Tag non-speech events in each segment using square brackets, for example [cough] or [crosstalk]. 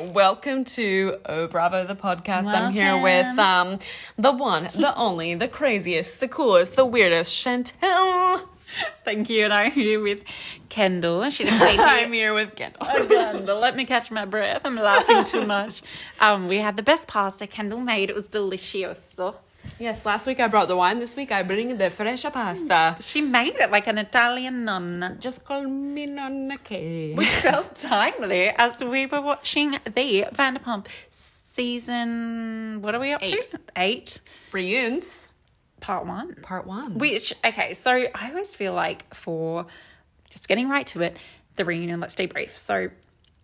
welcome to Oh Bravo, the podcast. I'm here Welcome. with um, the one, the only, the craziest, the coolest, the weirdest, Chantel. Thank you. And I'm here with Kendall. She just made me. I'm here [laughs] with Kendall. Oh, Kendall, let me catch my breath. I'm laughing too much. Um, we had the best pasta Kendall made. It was delicioso. Yes, last week I brought the wine. This week I bring the fresca pasta. She made it like an Italian nun. Just call me Nonna Kay. [laughs] which felt timely as we were watching the Vanderpump season. What are we up Eight. to? Eight, Reunions, part one. part one. Which okay, so I always feel like for just getting right to it, the reunion. Let's stay brief. So.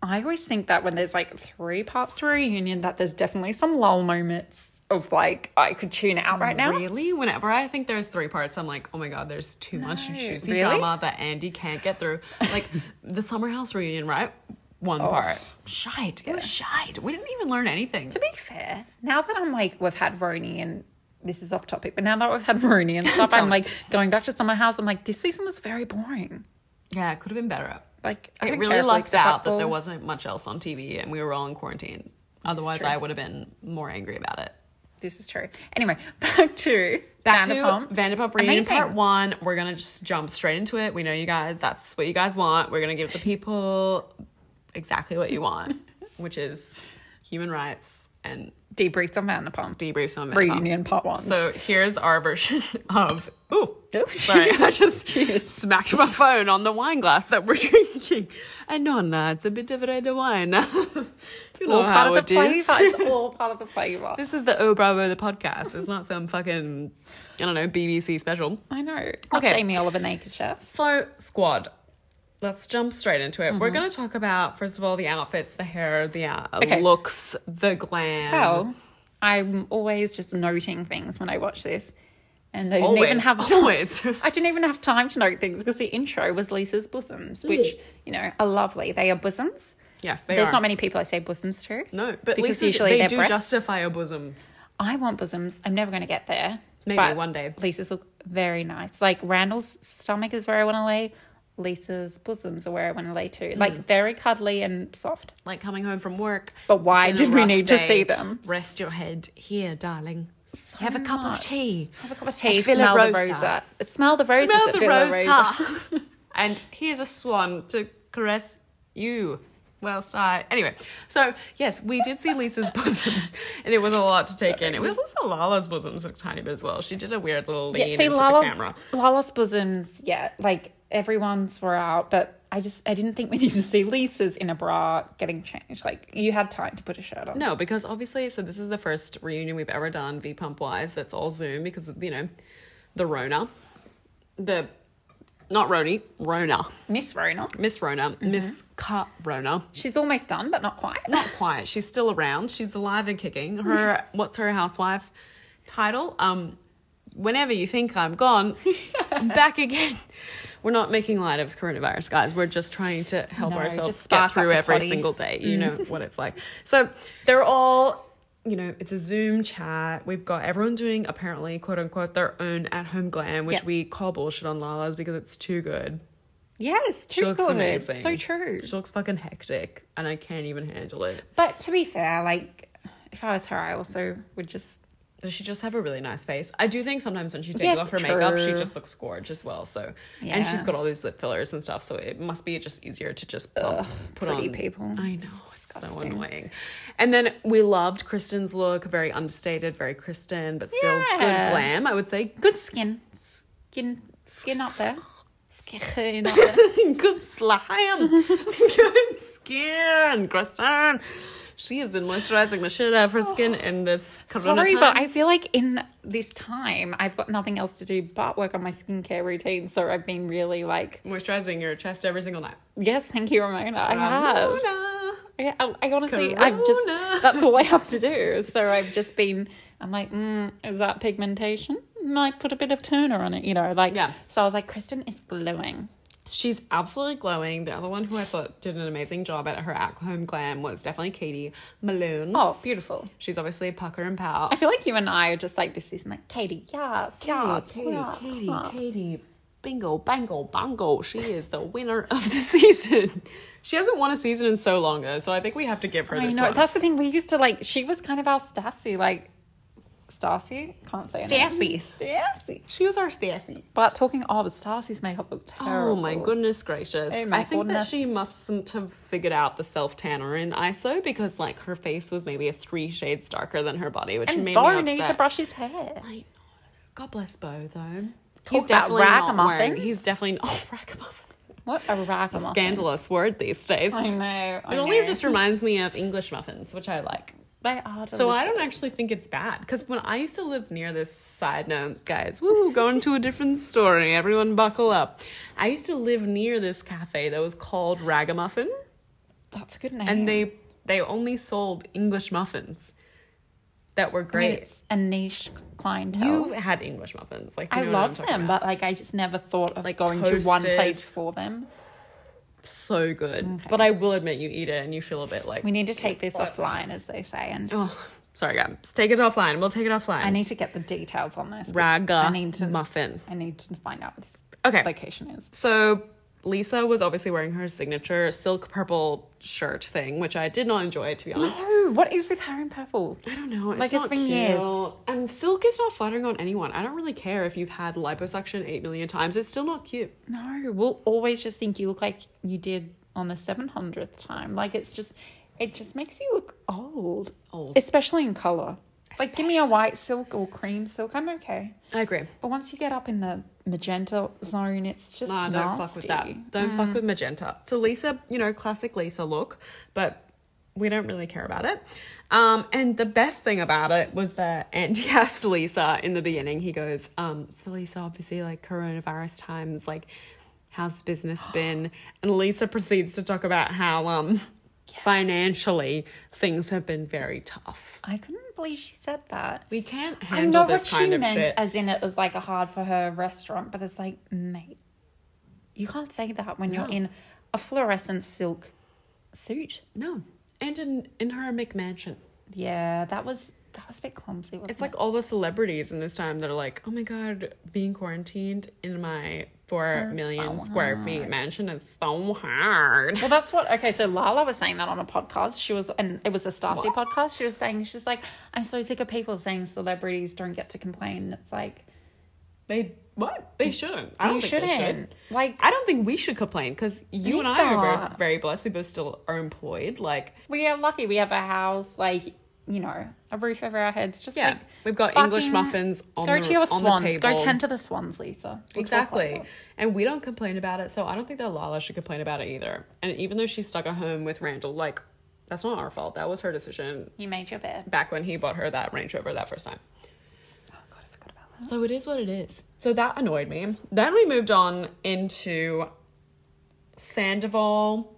I always think that when there's like three parts to a reunion, that there's definitely some lull moments of like I could tune out right now. Really? Whenever I think there's three parts, I'm like, oh my god, there's too much juicy really? drama that Andy can't get through. Like the summer house reunion, right? One part. Shite. Oh. It was shite. We didn't even learn anything. To be fair, now that I'm like, we've had Roni and this is off topic, but now that we've had [laughs] Roni and stuff, Tell I'm me. like going back to Summer House. I'm like, this season was very boring. Yeah, it could have been better. Like, I It don't really care if, like, lucked the out that football- there wasn't much else on TV and we were all in quarantine. Otherwise, true. I would have been more angry about it. This is true. Anyway, [laughs] back to Back Vanderpump. to Vanderpump Reunion Amazing. Part 1. We're going to just jump straight into it. We know you guys, that's what you guys want. We're going to give the people exactly what you [laughs] want, which is human rights and debriefs on Vanderpump. debriefs [laughs] on Vanderpump. Reunion part one. So here's our version [laughs] of. Ooh, sorry, [laughs] I just smacked my phone on the wine glass that we're [laughs] drinking. I know, nah, it's a bit of red wine. [laughs] you know all part how of it the is. flavor. It's [laughs] all part of the flavor. This is the Oh Bravo the podcast. It's not some fucking I don't know BBC special. I know. Watch Okay. Amy Oliver Naked Chef. So squad. Let's jump straight into it. Mm-hmm. We're going to talk about first of all the outfits, the hair, the uh, Okay. looks, the glam. Well, I'm always just noting things when I watch this, and I didn't always, even [laughs] have time. always. I didn't even have time to note things because the intro was Lisa's bosoms, which you know are lovely. They are bosoms. yes, they There's are. not many people I say bosoms to. No, but because Lisa's, usually they they're do breasts. justify a bosom. I want bosoms. I'm never going to get there. Maybe but one day. Lisa's look very nice. Like Randall's stomach is where I want to lay. Lisa's bosoms are where I want to lay too. Hmm. Like very cuddly and soft. Like coming home from work. But it's why been a did we rough need to day. see them? Rest your head here, darling. Have a cup of much. tea. Have a cup of tea. I feel a Smell the rosa. rosa. Smell the roses. Smell at the Villa rose [laughs] and here's a swan to caress you. Well, star. Anyway, so yes, we did see Lisa's [laughs] bosoms, and it was a lot to take in. It was also Lala's bosoms a tiny bit as well. She did a weird little lean Yeah, see, into Lala, the camera. Lala's bosoms, yeah, like everyone's were out, but I just I didn't think we needed to see Lisa's in a bra getting changed. Like you had time to put a shirt on. No, because obviously, so this is the first reunion we've ever done V Pump wise. That's all Zoom because you know, the Rona, the not Roni, Rona, Miss Rona, Miss Rona, Miss Corona. she's almost done, but not quite. Not quiet. She's still around. She's alive and kicking. [laughs] Her what's her housewife title? Um, whenever you think I'm gone, [laughs] I'm back again. We're not making light of coronavirus, guys. We're just trying to help No, ourselves just get spark up through the every potty. Mm. single day. You know what it's like. So they're all, you know, it's a Zoom chat. We've got everyone doing apparently quote unquote their own at home glam, which Yep. we call bullshit on Lala's because it's too good. Yes, She too looks good. amazing. So true. She looks fucking hectic, and I can't even handle it. But to be fair, like if I was her, I also would just Does she just have a really nice face? I do think sometimes when she takes Yes, off her makeup, she true. just looks gorge as well. So, Yeah. and she's got all these lip fillers and stuff. So it must be just easier to just plump, put pretty on people. I know it's It's so disgusting. annoying. And then we loved Kristen's look, very understated, very Kristen, but still good Yeah. glam. I would say [laughs] good skin, skin, skin up there, [laughs] skin up there. good slime, [laughs] good skin, Kristen. She has been moisturizing the shit out of her skin in this corona Oh, Sorry, time. but I feel like in this time I've got nothing else to do but work on my skincare routine. So I've been really like, moisturizing your chest every single night. yes, thank you, Ramona. I have. Ramona. Yeah, I, I honestly, I've Corona. [laughs] just that's all I have to do. So I've just been. I'm like, mm, is that pigmentation? Might put a bit of toner on it, you know. Like, Yeah. So I was like, Kristen is glowing. She's absolutely glowing. The other one who I thought did an amazing job at her at home glam was definitely Katie Malone. Oh, beautiful. she's obviously pucker and pout. I feel like you and I are just like this season, like Katie, yes, yes, Katie, Katie, Katie, Katie, bingo, bango, bongo. She is the winner of the [laughs] season. She hasn't won a season in so long, though, so I think we have to give her I this know. one. That's the thing. We used to like. She was kind of our Stassi. Like Stassi. Can't say her Stassi. name. Stassi. She was our Stassi. But talking of, but Stassi's makeup looked terrible. Oh my goodness gracious. Oh my I think goodness. that she mustn't have figured out the self tanner in ISO because like her face was maybe a three shades darker than her body, which And made Bo me needed upset. to brush his hair. I know. God bless Bo though. Talk about ragamuffins. wearing. He's definitely oh [laughs] ragamuffin. What a ragamuffin. Scandalous word these days. I know. I It know. only just reminds me of English muffins, which I like. They are. So I don't delicious. actually think it's bad because when I used to live near this side note, guys, woo, going to a different story. Everyone buckle up. I used to live near this cafe that was called Ragamuffin, That's a good name. and they they only sold English muffins that were I mean, great. It's a niche clientele. you had English muffins, like you I know what I'm love talking them, about. but like I just never thought of going to one toasted. place for them. so good. But I will admit, you eat it and you feel a bit like, We need to take this offline, as they say, and just, oh, sorry, guys, take it offline. We'll take it offline. I need to get the details on this. 'cause I need to. muffin. I need to find out what this Okay. location is. So Lisa was obviously wearing her signature silk purple shirt thing, which I did not enjoy to be honest. No, what is with her in purple? I don't know. It's Like, it's not been cute. years. And silk is not flattering on anyone. I don't really care if you've had liposuction eight million times. It's still not cute. No, we'll always just think you look like you did on the seven hundredth time. Like it's just, it just makes you look old, Old. especially in color. Like, give me a white silk or cream silk. I'm okay. I agree. But once you get up in the magenta zone, it's just Nah, nasty. don't fuck with that. Don't fuck with magenta. So Lisa, you know, classic Lisa look, but we don't really care about it. Um, and the best thing about it was that Andy [laughs] asked Lisa in the beginning, he goes, um, so Lisa, obviously like coronavirus times, like how's [gasps] business been? And Lisa proceeds to talk about how um financially things have been very tough. I couldn't believe she said that. We can't I handle know this what she kind of meant, shit. as in it was like a hard for her restaurant, but it's like, mate, you can't say that when you're No. in a fluorescent silk suit. no. And in in her McMansion. Yeah, that was that was a bit clumsy. Wasn't It's like all the celebrities in this time that are like, oh my god, being quarantined in my four million square feet mansion is so hard. [laughs] Well, that's what. Okay, so Lala was saying that on a podcast. She was, and it was a Stasi podcast. She was saying, she's like, I'm so sick of people saying celebrities don't get to complain. It's like, They what? They shouldn't. I don't you think shouldn't. they should. Like, I don't think we should complain because you and I are Neither. both very blessed. We both still are employed. Like, we are lucky we have a house, like, you know, a roof over our heads. Just yeah, like, we've got fucking English muffins on Go the to your on swans. the table. Go tend to the swans, Lisa. We'll talk like Exactly. And we don't complain about it, so I don't think that Lala should complain about it either. And even though she's stuck at home with Randall, like, that's not our fault. That was her decision. that. You made your bed. back when he bought her that Range Rover that first time. Oh God, I forgot about that. So it is what it is. So that annoyed me. Then we moved on into Sandoval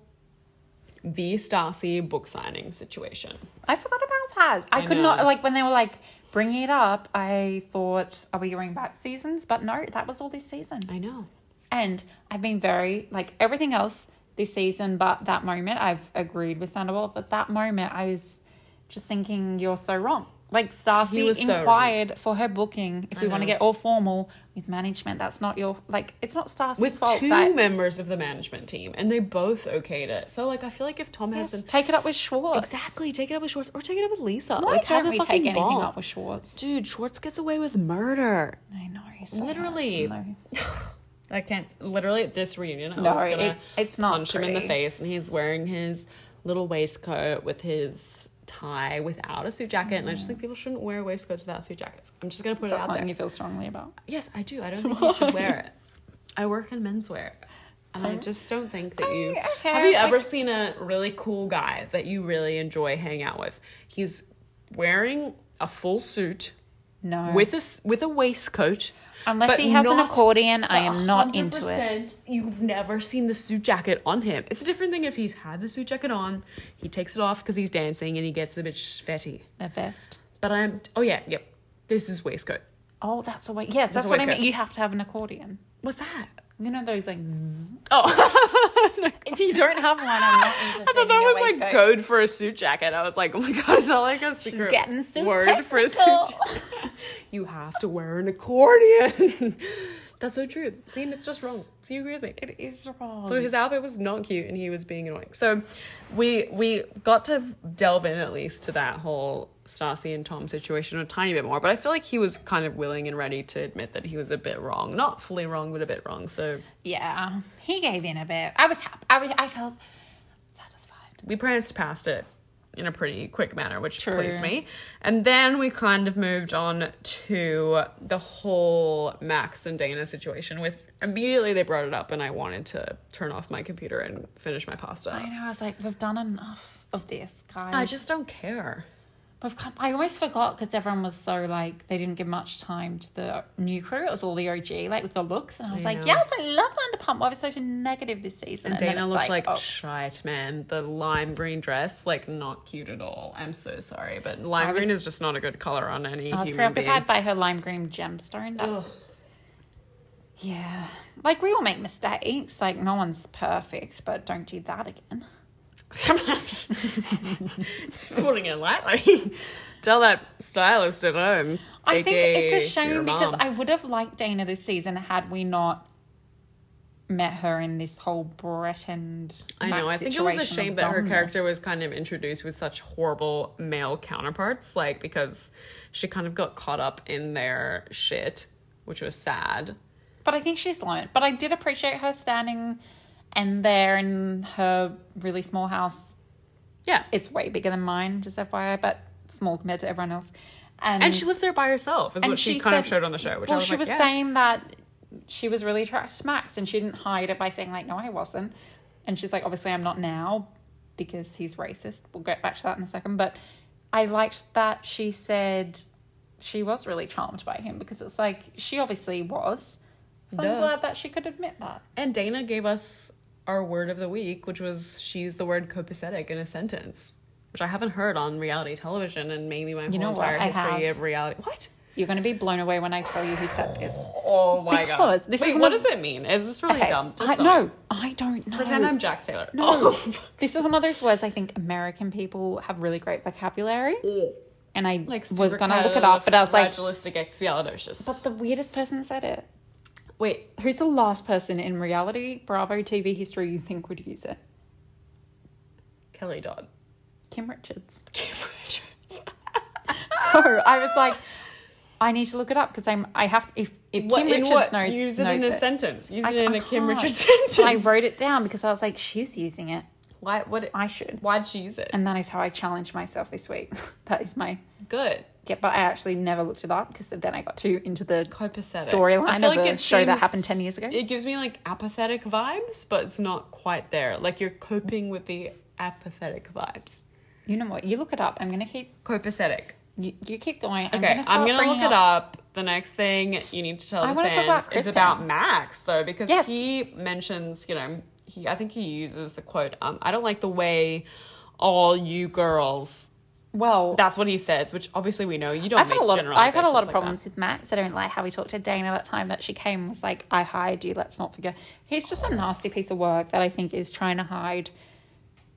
v. Stasi book signing situation. I forgot about that. I, I could not know. like when they were like. Bring it up. I thought, are we going back seasons? But no, that was all this season. I know. And I've been very like everything else this season, but that moment I've agreed with Sandoval. But that moment I was just thinking, you're so wrong. He Like Stacy was so inquired for her booking. If I we want to know. get all formal with management, that's not your like. It's not Stacy's With fault. two that, members of the management team, and they both okayed it. So, like, I feel like if Tom Yes, hasn't. take it up with Schwartz. Exactly, take it up with Schwartz or take it up with Lisa. Why like, have can't the we fucking take anything balls. up with Schwartz? Dude, Schwartz gets away with murder. I know. he's so Literally. handsome, though. I can't. Literally, at this reunion, I No, was gonna it- it's not punch him in the pretty. face, and he's wearing his little waistcoat with his tie without a suit jacket, and I just think people shouldn't wear waistcoats without suit jackets. I'm just gonna put Is it that out there. something you feel strongly about? Yes, I do. I [laughs] don't think you should wear it. I work in menswear, and I just don't think that you. I- okay, Have you I- ever seen a really cool guy that you really enjoy hanging out with? He's wearing a full suit No. with a s- with a waistcoat. Unless but he has an not- accordion, I am not into it. 100% You've never seen the suit jacket on him. It's a different thing if he's had the suit jacket on, he takes it off because he's dancing and he gets a bit sweaty. A vest. But I'm, oh yeah, yep. This is waistcoat. Oh, that's a way. Yes, that's a what I waistcoat. mean. You have to have an accordion. What's that? You know those like. [laughs] zzz. Oh, If you don't have one, I'm not I [laughs] interested. thought that was like code for a suit jacket. I was like, oh my god, is that like a She's secret getting so word for a suit? [laughs] technical. jacket? you have to wear an accordion. [laughs] That's so true. See, and it's just wrong. So you agree with me? It is wrong. So his outfit was not cute, and he was being annoying. So we we got to delve in at least to that whole Stacy and Tom situation a tiny bit more. But I feel like he was kind of willing and ready to admit that he was a bit wrong, not fully wrong, but a bit wrong. So yeah, he gave in a bit. I was happy. I, was, I felt satisfied. we pranced past it in a pretty quick manner, which True. pleased me. And then we kind of moved on to the whole Max and Dana situation. With immediately they brought it up, and I wanted to turn off my computer and finish my pasta. I know. I was like, we've done enough of this, guys. I just don't care. We've come, I always forgot because everyone was so like they didn't give much time to the new crew. It was all the OG, like with the looks, and I was I like, know. yes, I love Vanderpump. Why was such a negative this season? And then Dana it's looked like, oh, shite, man. The lime green dress, like, not cute at all. I'm so sorry, but lime I green was- is just not a good color on any I was human being. preoccupied by her lime green gemstone. That- Ugh. yeah, like we all make mistakes. Like no one's perfect, but don't do that again. [laughs] it's putting it lightly. [laughs] Tell that stylist at home. I think aka it's a your shame because mom. I would have liked Dana this season had we not met her in this whole Brett and I know. Matt I think it was a situation shame of that her dumbness. character was kind of introduced with such horrible male counterparts, like because she kind of got caught up in their shit, which was sad. But I think she's learned. But I did appreciate her standing and there in her really small house. Yeah, It's way bigger than mine, just FYI, but small compared to everyone else. And, and she lives there by herself, is and what Mm-hmm. she, kind of said- showed on the show. Which I well, was she like, was yeah. saying that she was really attracted to Max, and she didn't hide it by saying like, "No, I wasn't." And she's like, "Obviously, I'm not now because he's racist." We'll get back to that in a second. But I liked that she said she was really charmed by him because it's like she obviously was. So Duh. I'm glad that she could admit that. And Dana gave us our word of the week, which was she used the word copacetic in a sentence, which I haven't heard on reality television and maybe my whole know what? entire I history have. of reality. What? You're going to be blown away when I tell you who said this. Oh my Because god! this Wait, is what one- does it mean? Is this really dumb? I, tell me. no, I don't know. Pretend I'm Jax Taylor. Oh. No. this is one of those words I think American people have really great vocabulary. Oh. And I [laughs] like was gonna look it up, but I was like, fragilistic expialidocious. but the weirdest person said it. wait, Who's the last person in reality Bravo TV history you think would use it? Kelly Dodd. [laughs] Kim Richards. [laughs] Kim Richards. So I was like, I need to look it up because I'm. I have if if What, Kim in Richards what? knows Use it in a knows sentence. Use I- it in I a Kim can't. Richards [laughs] So I sentence. wrote it down because I was like, she's using it. Why? What? I should. Why'd she use it? And that is how I challenged myself this week. [laughs] that is my Good. Yeah, but I actually never looked it up because then I got too into the copacetic Storyline I feel of a it show that seems- happened 10 years ago? It gives me like apathetic vibes, but it's not quite there. Like you're coping with the apathetic vibes. You know what? You look it up. I'm gonna keep. Copacetic. You, you keep going. I'm Okay, gonna, start I'm gonna bringing look it up. The next thing you need to tell I the wanna fans talk about is Kristen. about Max though, because Yes. he mentions, you know, he I think he uses the quote, um, I don't like the way all you girls Well, that's what he says, which obviously we know you don't I've make had a lot. Of, generalizations I've had a lot like of that. problems with Max. I don't like how he talked to Dana that time that she came. and Was like, I hired you. Let's not forget. He's just a nasty piece of work that I think is trying to hide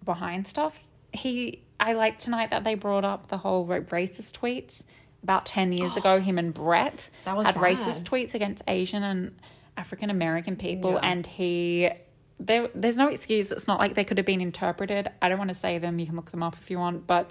behind stuff. He. I like tonight that they brought up the whole ra- racist tweets about [gasps] ten years ago. Him and Brett That was had bad. racist tweets against Asian and African American people, Yeah. and he. There, there's no excuse. It's not like they could have been interpreted. I don't want to say them. You can look them up if you want, but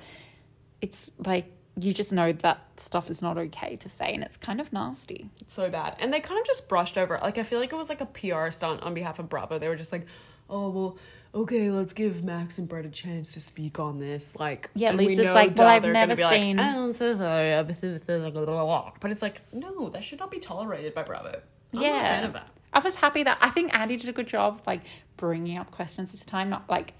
it's like you just know that stuff is not okay to say and it's kind of nasty. so bad. And they kind of just brushed over it. Like I feel like it was like a PR stunt on behalf of Bravo. They were just like, "Oh well, okay, let's give Max and Brett a chance to speak on this." Like, Yeah, and Lisa's like, duh, "Well, I've they're gonna never seen- Like, "Oh, so sorry, I'm so sorry, blah, blah, blah." But it's like, no, that should not be tolerated by Bravo. I'm not a fan of that. I was happy that I think Andy did a good job of like bringing up questions this time, not like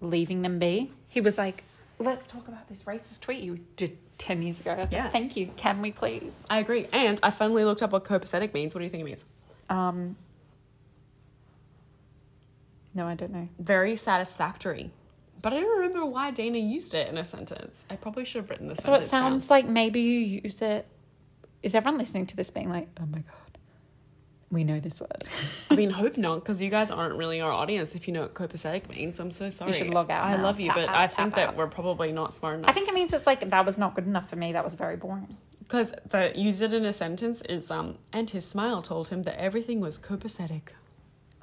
leaving them be. He was like, let's talk about this racist tweet you did 10 years ago. I was Yeah. like, thank you. Can we please? I agree. And I finally looked up what copacetic means. What do you think it means? Um, no, I don't know. Very satisfactory. But I don't remember why Dana used it in a sentence. I probably should have written the So it sentence. down. sounds like maybe you use it. Is everyone listening to this being like, oh my God, we know this word? I mean, hope not, because you guys aren't really our audience if you know what copacetic means. I'm so sorry. should log out I now. love you, Tap but out, I tap think that out. we're probably not smart enough. I think it means it's like that was not good enough for me. That was very boring. because the use it in a sentence is um and his smile told him that everything was copacetic.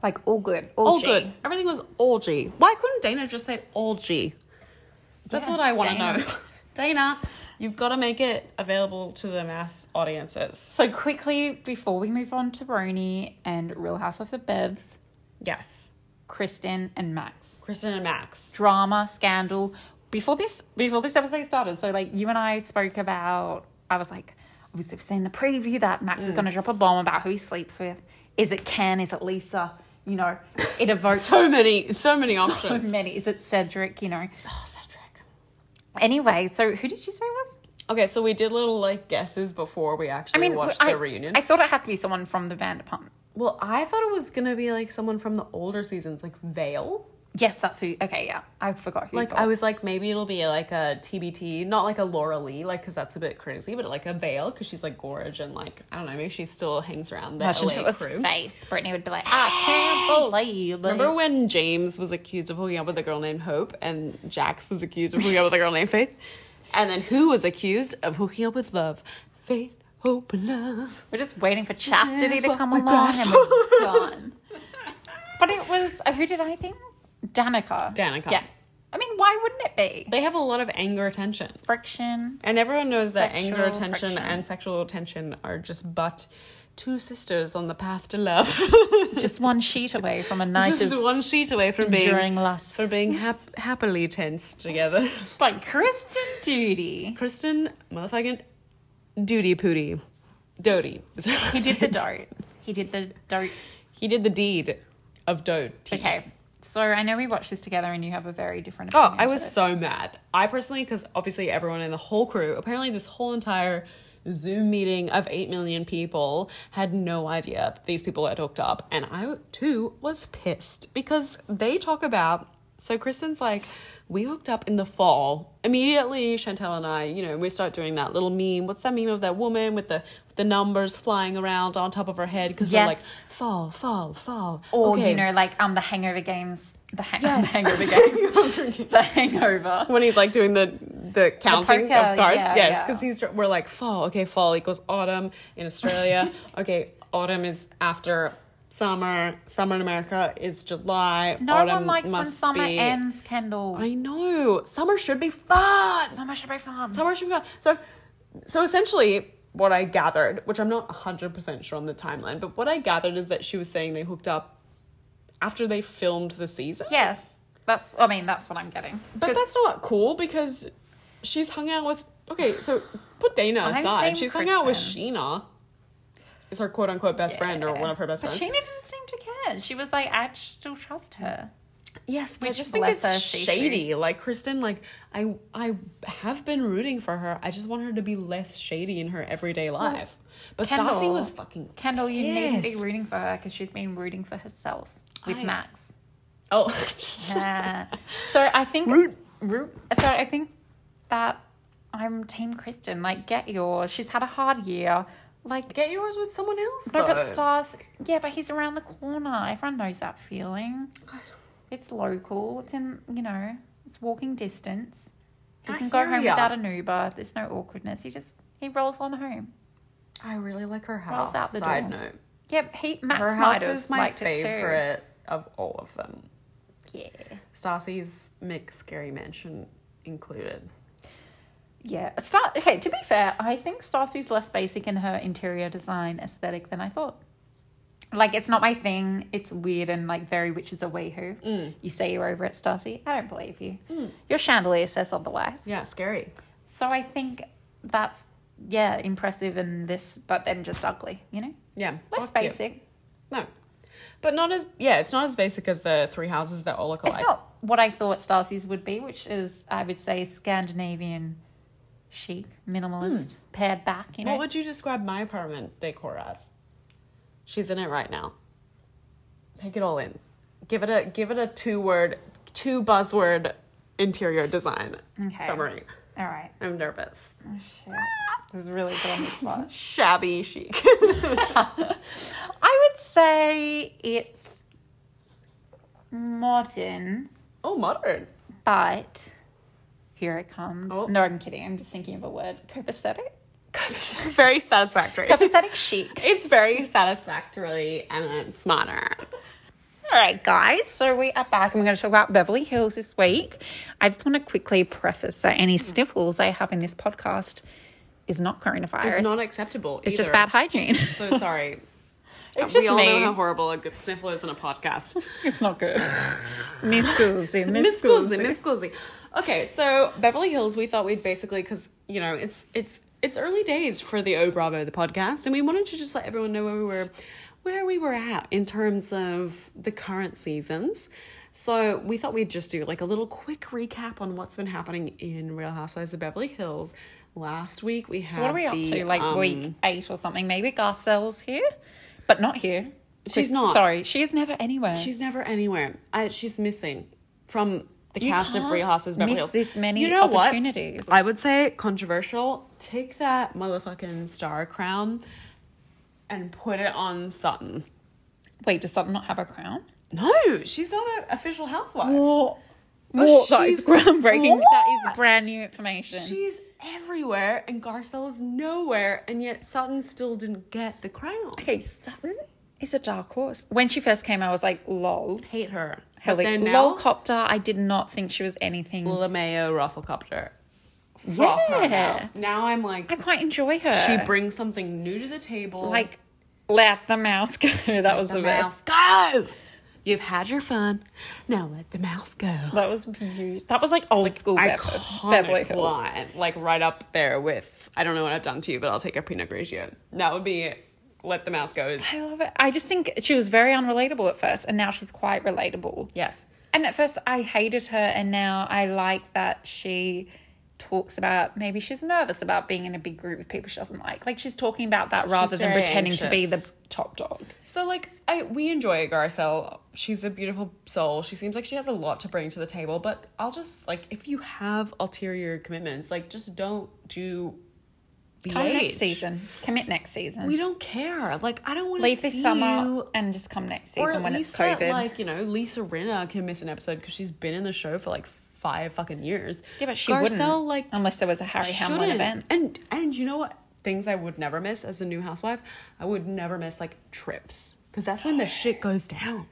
Like all good, All good. Everything was all G. Why couldn't Dana just say all G? That's Yeah, what I want to Dana. [laughs] know. Dana, you've got to make it available to the mass audiences. So quickly before we move on to Roni and Real House of the Bevs, Yes. Kristen and Max. Kristen and Max. Drama, scandal. Before this before this episode started, so like you and I spoke about I was like, obviously we've seen the preview that Max Mm. is gonna drop a bomb about who he sleeps with. Is it Ken? Is it Lisa? You know, [laughs] it evokes So many, so many so options. many. Is it Cedric? You know. Oh, Cedric. Anyway, so who did you say was? Okay, so we did little like guesses before we actually I mean, watched I, the reunion. I thought it had to be someone from the Vanderpump. well, I thought it was gonna be like someone from the older seasons, like Vale. Yes, that's who. Okay, yeah, I forgot who. Like thought. I was like, maybe it'll be like a TBT, not like a Laura Lee, like because that's a bit crazy, but like a Vale because she's like gorge and like I don't know, maybe she still hangs around the Imagine LA if it was crew. Faith. Brittany would be like, I can't believe. it." Remember when James was accused of hooking up with a girl named Hope, and Jax was accused of hooking up with a girl named Faith, and then who was accused of hooking up with love? Faith, hope, and love. We're just waiting for chastity is to what come we along got. and [laughs] we're done. But it was, uh, who did I think? Danica. Danica. Yeah. I mean, why wouldn't it be? They have a lot of anger attention. Friction. And everyone knows that anger, Sexual attention, friction. and sexual attention are just but two sisters on the path to love. [laughs] Just one sheet away from a night just of one sheet away from enduring being lust. for being hap- happily tense together. [laughs] But Kristen Duty. Kristen, motherfucking duty pooty, doty. [laughs] He did the dote. He did the dote. he did the deed of dote. Okay. So I know we watched this together and you have a very different Oh, opinion. I to was it. so mad. I personally, because obviously everyone in the whole crew, apparently this whole entire Zoom meeting of 8 million people had no idea that these people had hooked up. And I too was pissed because they talk about. So Kristen's like, we hooked up in the fall. Immediately, Chantel and I, you know, we start doing that little meme. What's that meme of that woman with the the numbers flying around on top of her head? Because Yes. we're like, fall, fall, fall. Or okay. you know, like um, the Hangover games, the, [laughs] hang- the [laughs] Hangover games, the Hangover. when he's like doing the the counting poker, of cards. yes, yeah, yeah. because he's we're like fall. Okay, fall equals autumn in [laughs] Australia. okay, autumn is after summer. Summer in America is July. No autumn one likes when must summer be- ends, Kendall. I know summer should be fun. summer should be fun. Summer should be fun. So, so essentially. What I gathered, which I'm not 100% sure on the timeline, but what I gathered is that she was saying they hooked up after they filmed the season. yes, that's. I mean, that's what I'm getting. But 'Cause that's not cool because she's hung out with. Okay, so put Dana I'm aside. Team She's hung out with Kristen. Sheena. Is her quote unquote best friend or yeah. one of her best but friends? Sheena didn't seem to care. She was like, I still trust her. yes, but I which just think bless her, it's she shady. Like Kristen, like I, I have been rooting for her. I just want her to be less shady in her everyday life. But Stassi was fucking Kendall. You need to be pissed. rooting for her because she's been rooting for herself with I- [laughs] Max. Oh, Nah. so I [laughs] think. Root. root. So I think that I'm Team Kristen. Like, get yours. She's had a hard year. Like, get yours with someone else. No, but though. Stas, yeah, but he's around the corner. Everyone knows that feeling. It's local. It's in, you know, it's walking distance. You I can go hear home ya. without an Uber. There's no awkwardness. He just he rolls on home. I really like her Rolls house. out the Side door. note, Yep, he Max her might house have is my liked It favorite of all of them. too. Yeah, Stassi's Mick Scary Mansion included. yeah. Star. Okay, to be fair, I think Stassi's less basic in her interior design aesthetic than I thought. Like, it's not my thing. It's weird and like very witches of Weehoo. Mm. You say you're over it, Stassi. I don't believe you. Your chandelier says otherwise. Yeah, scary. So I think that's yeah, impressive and this, but then just ugly, you know, Yeah. less fuck you. basic. No. But not as yeah, it's not as basic as the three houses that all look It's alike. not what I thought Stassi's would be, which is I would say Scandinavian chic, minimalist, pared back. You know, Hmm. What would you describe my apartment decor as? She's in it right now. Take it all in. Give it a give it a two word two buzzword interior design Okay. summary. all right. I'm nervous. Oh, shit. This is really good on the spot. Shabby chic. [laughs] [laughs] I would say it's modern, oh modern. but here it comes. Oh. No, I'm kidding. I'm just thinking of a word. Copacetic. very [laughs] satisfactory. Copacetic chic. It's very satisfactory and it's smarter. All right, guys. So we are back and we're going to talk about Beverly Hills this week. I just want to quickly preface that Mm. any sniffles I have in this podcast is not coronavirus. It's not acceptable. It's just either. bad hygiene. So sorry. [laughs] It's we just all know me. how horrible a good sniffle is in a podcast. [laughs] [laughs] It's not good. Miss Goolsey, Miss Miss Coolsey, Goolsey. Miss Coolsey. Okay, so Beverly Hills, we thought we'd basically because you know it's it's it's early days for the Oh Bravo the podcast, and we wanted to just let everyone know where we were, where we were at in terms of the current seasons. So we thought we'd just do like a little quick recap on what's been happening in Real Housewives of Beverly Hills. Last week we had So what are we up the, to? Like um, week eight or something? Maybe Garcelle's here, but not here. She's not. Sorry, she is never anywhere. She's never anywhere. I, she's missing from the You cast of can't Real Housewives of Beverly miss Hills. this many what? opportunities. I would say controversial. Take that motherfucking star crown and put it on Sutton. Wait, does Sutton not have a crown? No, she's not an official housewife. What? Oh, What? That is she's- groundbreaking. That What? is brand new information. She's everywhere, and Garcelle is nowhere, and yet Sutton still didn't get the crown. Okay, Sutton is a dark horse. When she first came, I was like, lol. hate her. But Heli- then lol now, copter. I did not think she was anything. LeMayo Rufflecopter. Yeah. Fuck her now. Now I'm like, I quite enjoy her. she brings something new to the table. like let the mouse [laughs] go. That was the, the best. mouse go. You've had your fun. Now let the mouse go. That was beautiful. That was like old school Beverly, Beverly Iconic Hills. line, like right up there with I don't know what I've done to you, but I'll take a Pinot Grigio. That would be let the mouse go. Is I love it. I just think she was very unrelatable at first, and now she's quite relatable. yes, And at first, I hated her, and now I like that she talks about maybe she's nervous about being in a big group with people she doesn't like. Like she's talking about that rather than very pretending to be the anxious. top dog. So like I we enjoy Garcelle. She's a beautiful soul. She seems like she has a lot to bring to the table, but I'll just like if you have ulterior commitments, like just don't do the Come next age. season. Commit next season. We don't care. Like I don't want to Leave see this summer you and just come next or season at when least it's COVID. That, like you know, Lisa Rinna can miss an episode because she's been in the show for like five fucking years. yeah, but she Garcelle, wouldn't like unless there was a Harry Hamlin shouldn't. event. And and you know what? Things I would never miss as a new housewife, I would never miss like trips because that's [gasps] when the shit goes down.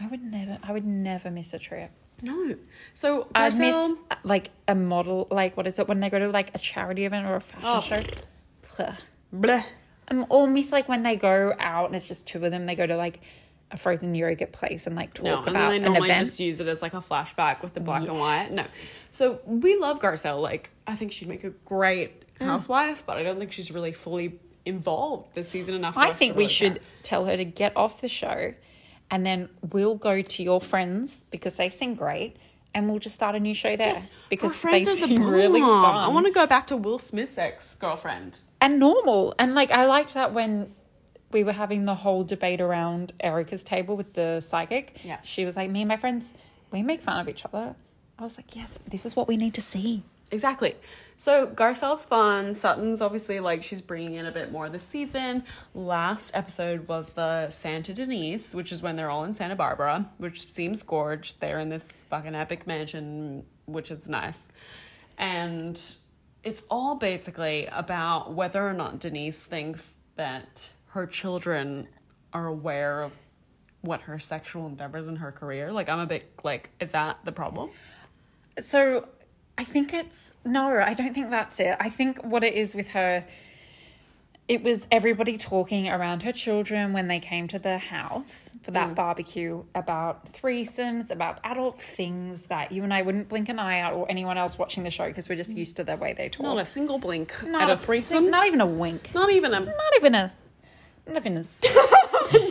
I would never. I would never miss a trip. No, so I'd miss Garcelle, uh, like a model. Like what is it when they go to like a charity event or a fashion Oh. show? Pleh. bleh. I'm all um, miss like when they go out and it's just two of them. They go to like a frozen yogurt place and like talk No, and then about they an normally event. just use it as like a flashback with the black and white. No, so we love Garcelle. Like I think she'd make a great Mm. housewife, but I don't think she's really fully involved this season enough. for I us to think we really care. should tell her to get off the show, and then we'll go to your friends because they sing great, and we'll just start a new show there Our because they friends are the seem really bomb. fun. I want to go back to Will Smith's ex girlfriend. and normal. And like I liked that when we were having the whole debate around Erica's table with the psychic. Yeah. She was like, Me and my friends, we make fun of each other. I was like, Yes, this is what we need to see. Exactly. So Garcelle's fun. Sutton's obviously like she's bringing in a bit more this season. Last episode was the Santa Denise, which is when they're all in Santa Barbara, which seems gorge. They're in this fucking epic mansion, which is nice. And it's all basically about whether or not Denise thinks that her children are aware of what her sexual endeavors and her career. Like I'm a bit like, is that the problem? So I think it's no, I don't think that's it. I think what it is with her it was everybody talking around her children when they came to the house for Mm. that barbecue about threesomes, about adult things that you and I wouldn't blink an eye out or anyone else watching the show because we're just used to the way they talk. Mm. Not a single blink Not at a sing- threesome. not even a wink. Not even a Not even a. Not even a. s- [laughs]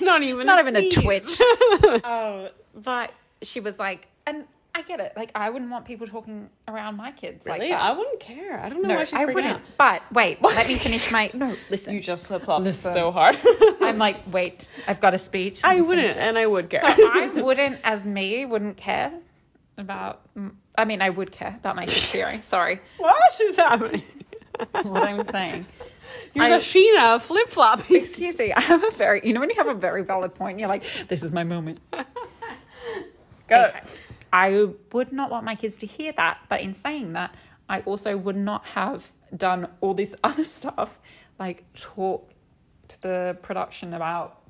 not even Not even a sneeze. twitch. [laughs] oh, but she was like, and I get it. Like I wouldn't want people talking around my kids like Really? that. I wouldn't care. I don't know no, why she's I freaking wouldn't. out. But wait, let me finish my. No, listen. You just flip flop Listen. so hard. I'm like, wait, I've got a speech. [laughs] I wouldn't, and I would care. So I wouldn't, as me, wouldn't care about. I mean, I would care about my kids hearing. Sorry, [laughs] what is happening? what I'm saying. You're I- the Sheena flip flopping. Excuse me, I have a very, you know, when you have a very valid point, you're like, this is my moment. Go. Okay. I would not want my kids to hear that, but in saying that, I also would not have done all this [laughs] other stuff, like talk to the production about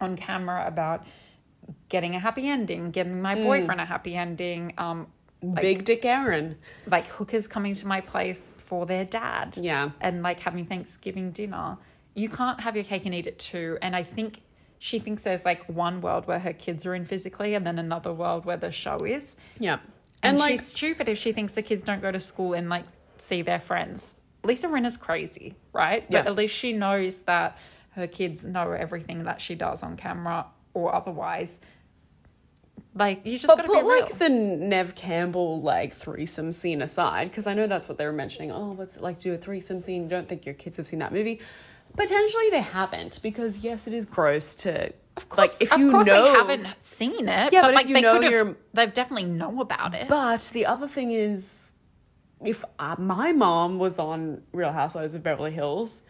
on camera about getting a happy ending, getting my boyfriend a happy ending, um, like, Big Dick Aaron. like hookers coming to my place for their dad Yeah. and like having Thanksgiving dinner, you can't have your cake and eat it too. And I think she thinks there's like one world where her kids are in physically and then another world where the show is. Yeah. And, And, like, she's stupid if she thinks the kids don't go to school and like see their friends. Lisa Rinna's crazy, right? But Yeah. at least she knows that her kids know everything that she does on camera or otherwise. Like you just but gotta put be real. like the Nev Campbell like threesome scene aside, because I know that's what they were mentioning. Oh, what's it like to do a threesome scene? You don't think your kids have seen that movie? Potentially they haven't, because yes, it is gross to. Of course, like, if of you course know, they haven't seen it. Yeah, but, but if like you they know could have, you're- they've definitely know about it. But the other thing is, if uh, my mom was on Real Housewives of Beverly Hills,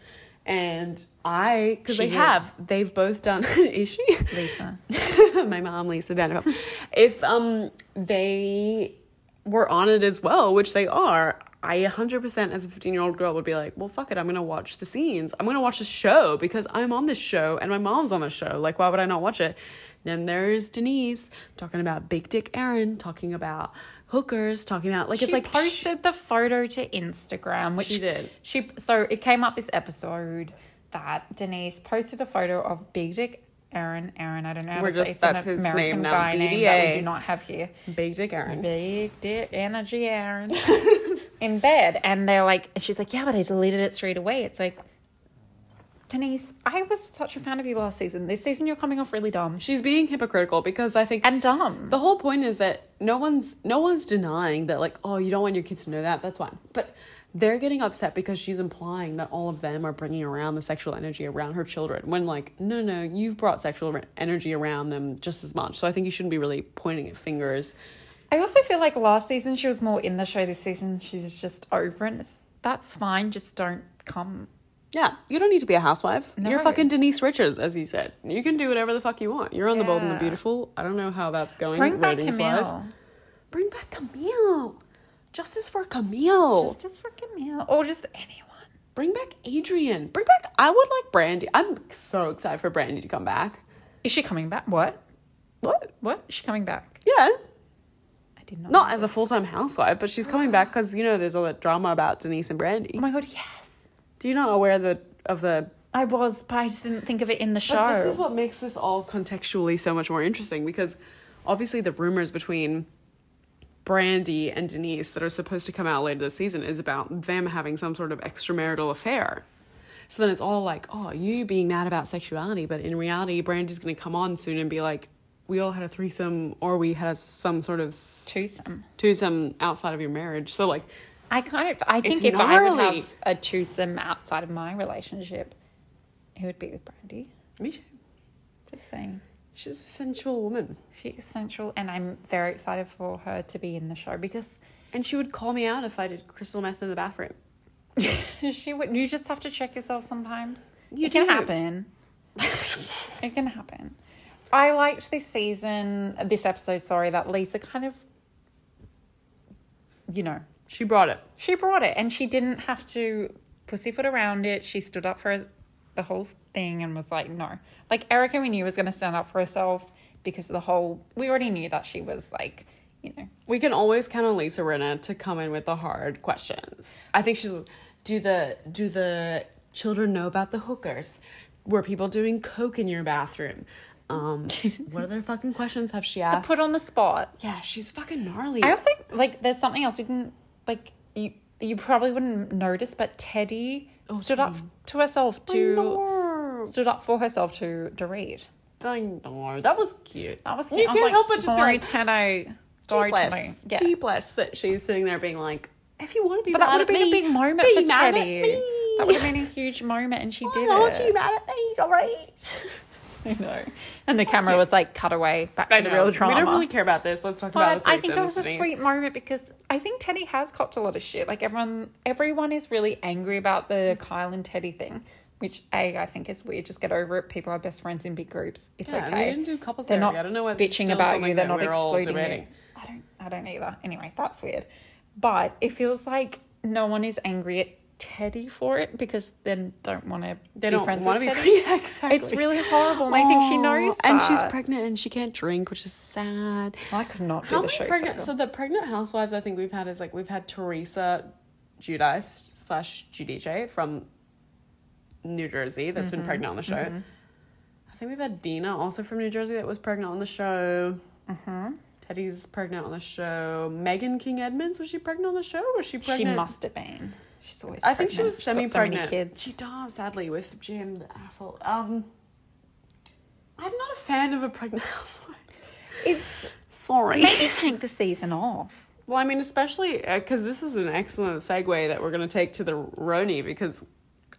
and I because She they is. have they've both done [laughs] is she Lisa, [laughs] my mom Lisa Vanderpump if um they were on it as well which they are I 100% as a 15 year old girl would be like well fuck it I'm gonna watch the scenes I'm gonna watch the show because I'm on this show and my mom's on the show like why would I not watch it then there's Denise talking about Big Dick Aaron talking about hookers talking about like she it's like sh- posted the photo to Instagram, which She did. She so it came up this episode that Denise posted a photo of Big Dick Aaron. Aaron, I don't know. how We're to say- just- it's an that's his American name now, guy Name that we BDA. do not have here. Big Dick Aaron Big Dick [laughs] Energy Aaron in bed, and they're like, and she's like, yeah, but I deleted it straight away. It's like. Denise, I was such a fan of you last season. This season, you're coming off really dumb. she's being hypocritical because I think and dumb. The whole point is that no one's no one's denying that like oh you don't want your kids to know that that's fine but they're getting upset because she's implying that all of them are bringing around the sexual energy around her children when like no no you've brought sexual re- energy around them just as much so I think you shouldn't be really pointing at fingers I also feel like last season she was more in the show. This season she's just over it. and It's, that's fine. Just don't come. yeah you don't need to be a housewife No. you're fucking Denise Richards as you said you can do whatever the fuck you want you're on the bold and the Yeah. beautiful I don't know how that's going Bring back ratings wise. Camille. bring back Camille justice for Camille Just, just for Camille or just anyone. Bring back Adrian. Bring back. I would like Brandy. I'm so excited for Brandy to come back. Is she coming back? What? What? What? Is she coming back? Yeah. I did not. Not as a full time housewife, but she's coming back because you know there's all that drama about Denise and Brandy. Oh my god! Yes, Do you not aware of the of the? I was, but I just didn't think of it in the show. But this is what makes this all contextually so much more interesting because obviously the rumors between Brandy and Denise that are supposed to come out later this season is about them having some sort of extramarital affair. So then it's all like, oh, you being mad about sexuality, but in reality, Brandy's going to come on soon and be like, we all had a threesome or we had a, some sort of s- twosome. twosome outside of your marriage. So like, I kind of. I It's think if I would gnarly. have a twosome outside of my relationship, it would be with Brandy. me too. Just saying. She's a sensual woman. She's essential, and I'm very excited for her to be in the show because And she would call me out if I did crystal meth in the bathroom. [laughs] she would. You just have to check yourself sometimes. You it can do. happen. it can happen. I liked this season, this episode. Sorry, that Lisa kind of, you know, She brought it. she brought it, and she didn't have to pussyfoot around it. She stood up for the whole thing and was like, no, like Erica, we knew was going to stand up for herself because of the whole. We already knew that she was like, you know, We can always count on Lisa Rinna to come in with the hard questions. I think she's do the do the children know about the hookers? Were people doing coke in your bathroom? [laughs] Um, what other fucking questions have she asked? put on the spot. yeah, she's fucking gnarly. I also like there's something else we can like you you probably wouldn't notice, but Teddy stood up to herself to Oh, know. stood up for herself to Dorit. I know. That was cute. That was You cute. I was can't like, help but just be sorry, like, Teddy. Sorry, Teddy. cheapless. Yeah. Cheapless that she's sitting there being like, if you want to be But mad that would have at been a me, big moment be for mad at Teddy. me. That would have been a huge moment, and she did Why aren't you it. mad at me, alright? [laughs] I know. And the camera was like cut away back I to the know. real drama. We don't really care about this. Let's talk about But it. I think it was a sweet moment because I think Teddy has copped a lot of shit. Like everyone, everyone is really angry about the Kyle and Teddy thing, which a I think is weird. Just get over it. People are best friends in big groups. It's Yeah, okay. we didn't do couples They're therapy. not I don't know why it's bitching still about you. something that They're not we're all excluding you. debating. I don't. I don't either. Anyway, that's weird. But it feels like no one is angry at Teddy for it because then don't want to They be don't friends want with to Teddy. be friends. [laughs] Yeah, exactly. [laughs] It's really horrible, and I think she Aw, knows. And she's that. pregnant and she can't drink, which is sad. I could not do How the many show. pregnant? cycle. So the pregnant housewives I think we've had is like we've had Teresa Judice slash Judice from New Jersey that's Mm-hmm. been pregnant on the show. I think we've had Dina also from New Jersey that was pregnant on the show. Mm-hmm. Teddy's pregnant on the show. Megan King Edmonds was she pregnant on the show? Was she pregnant? She must have been. She's always. I think she pregnant. was She's got so many semi-pregnant. kids. She does, sadly, with Jim, the asshole. Um, I'm not a fan of a pregnant [laughs] housewife. It's Sorry. maybe take the season off. Well, I mean, especially because this is an excellent segue that we're going to take to the Roni because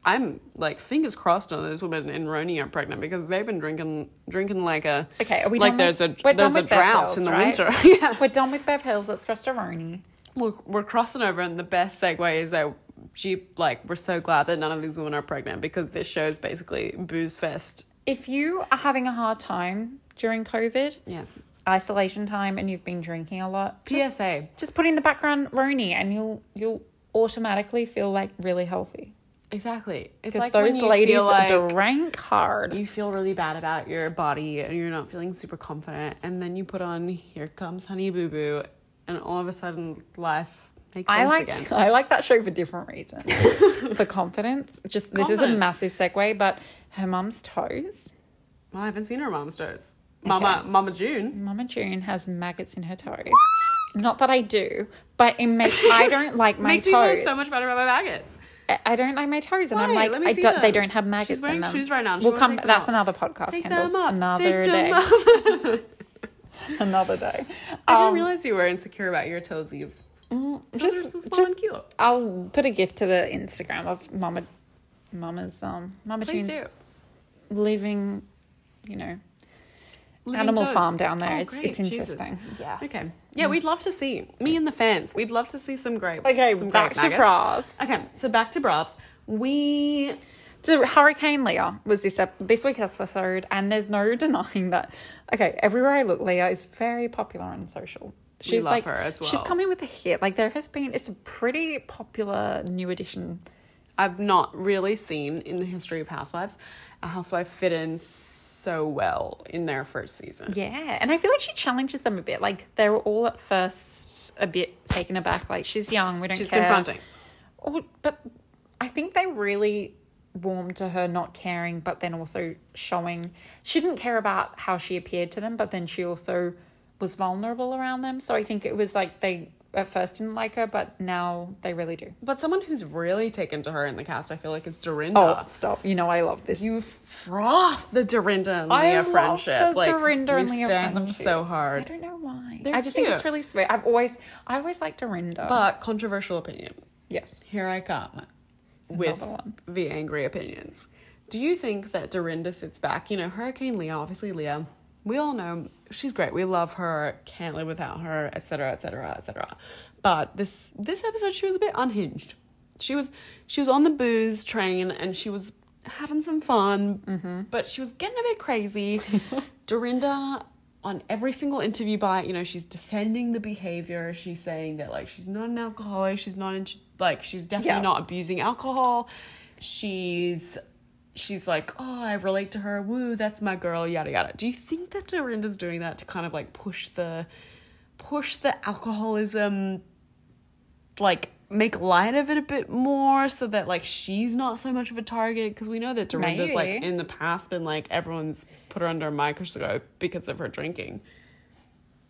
I'm like fingers crossed on those women in Roni are pregnant because they've been drinking drinking like a Okay, are we like done there's with- a we're done there's a with Bev drought Hills, in the right? winter. [laughs] yeah, We're done with Bev Hills. Let's cross to Roni. we're, we're crossing over, and the best segue is that she like we're so glad that none of these women are pregnant because this show is basically booze fest. If you are having a hard time during COVID, Yes, isolation time, and you've been drinking a lot, just, PSA. just put in the background Roni, and you'll you'll automatically feel like really healthy Exactly. It's because like those when you ladies feel like drank hard. you feel really bad about your body and you're not feeling super confident and then you put on here comes honey boo boo and all of a sudden life makes I sense like again [laughs] I like that show for different reasons. [laughs] for confidence, just this is a Confidence. massive segue, but her mum's toes, well i haven't seen her mama stars mama mama june Mama June has maggots in her toes. Not that I do, but [laughs] it makes I don't like my makes me feel toes. so much better about my maggots I- I don't like my toes, and I'm Why? like, Let me I see don't, they them. don't have maggots She's wearing in them. shoes right now, and she We'll won't come. take them That's off. another podcast take handle. them off Another take day. them off [laughs] Another day. i Um, didn't realize you were insecure about your toesies [laughs] those are just- so small just- and cute I'll put a gift to the Instagram of Mama, Mama's um, Mama please June's do living, you know, Living animal toes. farm down there. Oh, it's, great. it's Jesus. interesting. Yeah. okay yeah we'd love to see me and the fans we'd love to see some great Okay, some back great to maggots. props. okay so back to props we So Hurricane Leah was this ep- this week's episode, and there's no [laughs] denying that. Okay, everywhere I look, Leah is very popular on social. She's love like, her as She's well. coming with a hit. Like there has been, it's a pretty popular new edition. I've not really seen in the history of Housewives a housewife fit in so well in their first season. Yeah, and I feel like she challenges them a bit. Like they were all at first a bit taken aback. Like she's young, we don't She's care. confronting. Oh, but I think they really warmed to her not caring, but then also showing she didn't care about how she appeared to them, but then she also was vulnerable around them. So I think it was like they at first didn't like her, but now they really do. But someone who's really taken to her in the cast, I feel like, is Oh, Dorinda. stop! You know I love this. You froth the Dorinda and I Leah love friendship. the like Dorinda you and Leah stand friendship. them so I hard. don't know why. They're I just think it's cute. really sweet. I've always, I always liked Dorinda. But controversial opinion. yes, Here I come with Another one. the angry opinions. Do you think that Dorinda sits back? You know, Hurricane Leah, obviously Leah, we all know she's great. We love her, can't live without her, etc., etc., etc. But this this episode she was a bit unhinged. She was she was on the booze train and she was having some fun, but she was getting a bit crazy. Dorinda on every single interview by you know she's defending the behavior she's saying that like she's not an alcoholic she's not into like she's definitely Yeah. not abusing alcohol she's she's like oh i relate to her woo that's my girl yada yada do you think that dorinda's doing that to kind of like push the push the alcoholism like make light of it a bit more so that like she's not so much of a target because we know that dorinda's like Maybe. in the past been like everyone's put her under a microscope because of her drinking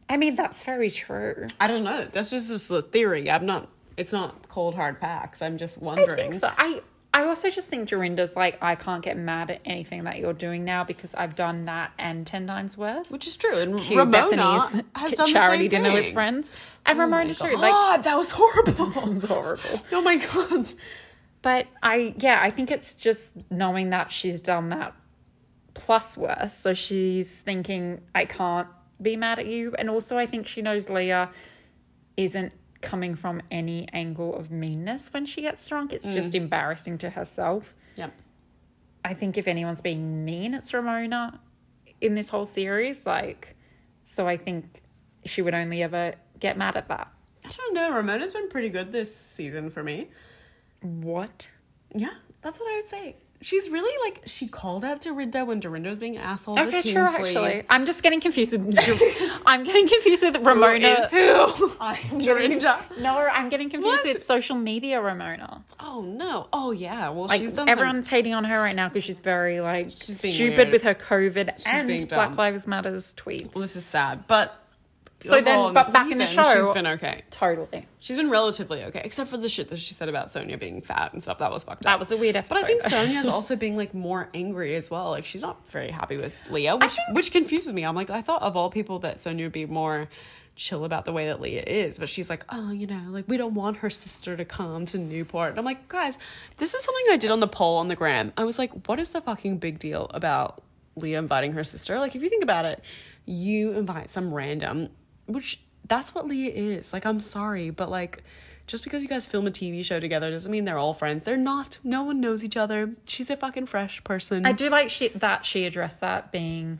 I mean that's very true. I don't know. That's just, just a theory. I'm not. It's not cold hard facts. I'm just I wondering. think so. I I also just think Dorinda's like I can't get mad at anything that you're doing now because I've done that and ten times worse. Which is true. And Cue Ramona Bethany's has done charity the same dinner with thing. friends, and Oh my Ramona's true. God, Like that was [laughs] horrible. it's horrible. oh my god. But I yeah I think it's just knowing that she's done that plus worse, so she's thinking I can't be mad at you, and also I think she knows Leah isn't coming from any angle of meanness when she gets drunk. It's just Mm. embarrassing to herself. Yep. I think if anyone's being mean, it's Ramona in this whole series. Like, so I think she would only ever get mad at that. I don't know. Ramona's been pretty good this season for me. What? Yeah, that's what I would say. She's really like she called out Dorinda when Dorinda was being an asshole. Okay, to true. Tinsley. Actually, I'm just getting confused with. [laughs] I'm getting confused with Ramona. Ramona is [laughs] who? I'm Dorinda. Getting, no, I'm getting confused What? with social media Ramona. Oh no! Oh yeah. Well, Like she's done some. everyone's hating on her right now because she's very like She's being stupid weird. with her COVID and being dumb. Black Lives Matters tweets. Well, this is sad, but So then, overall in but back in the season, show- she's been okay. Totally. She's been relatively okay, except for the shit that she said about Sonia being fat and stuff. That was fucked up. That was a weird episode. But I [laughs] think Sonia's also being like more angry as well. Like she's not very happy with Leah, which think- which confuses me. I'm like, I thought of all people that Sonia would be more chill about the way that Leah is, but she's like, oh, you know, like we don't want her sister to come to Newport. And I'm like, guys, this is something I did on the poll on the gram. I was like, what is the fucking big deal about Leah inviting her sister? Like, if you think about it, you invite some random, which that's what Leah is. Like, I'm sorry, but like just because you guys film a TV show together doesn't mean they're all friends. They're not. No one knows each other. She's a fucking fresh person. I do like she, that she addressed that being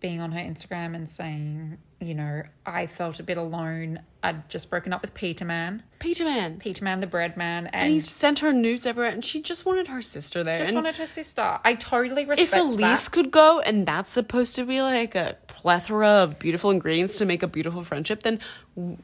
being on her Instagram and saying, you know, I felt a bit alone. I'd just broken up with Peter Man, Peter Man. Peter Man the bread man, and, And he sent her nudes everywhere, and she just wanted her sister there. just and wanted her sister. I totally if respect Elise that. could go, and that's supposed to be like a plethora of beautiful ingredients to make a beautiful friendship, then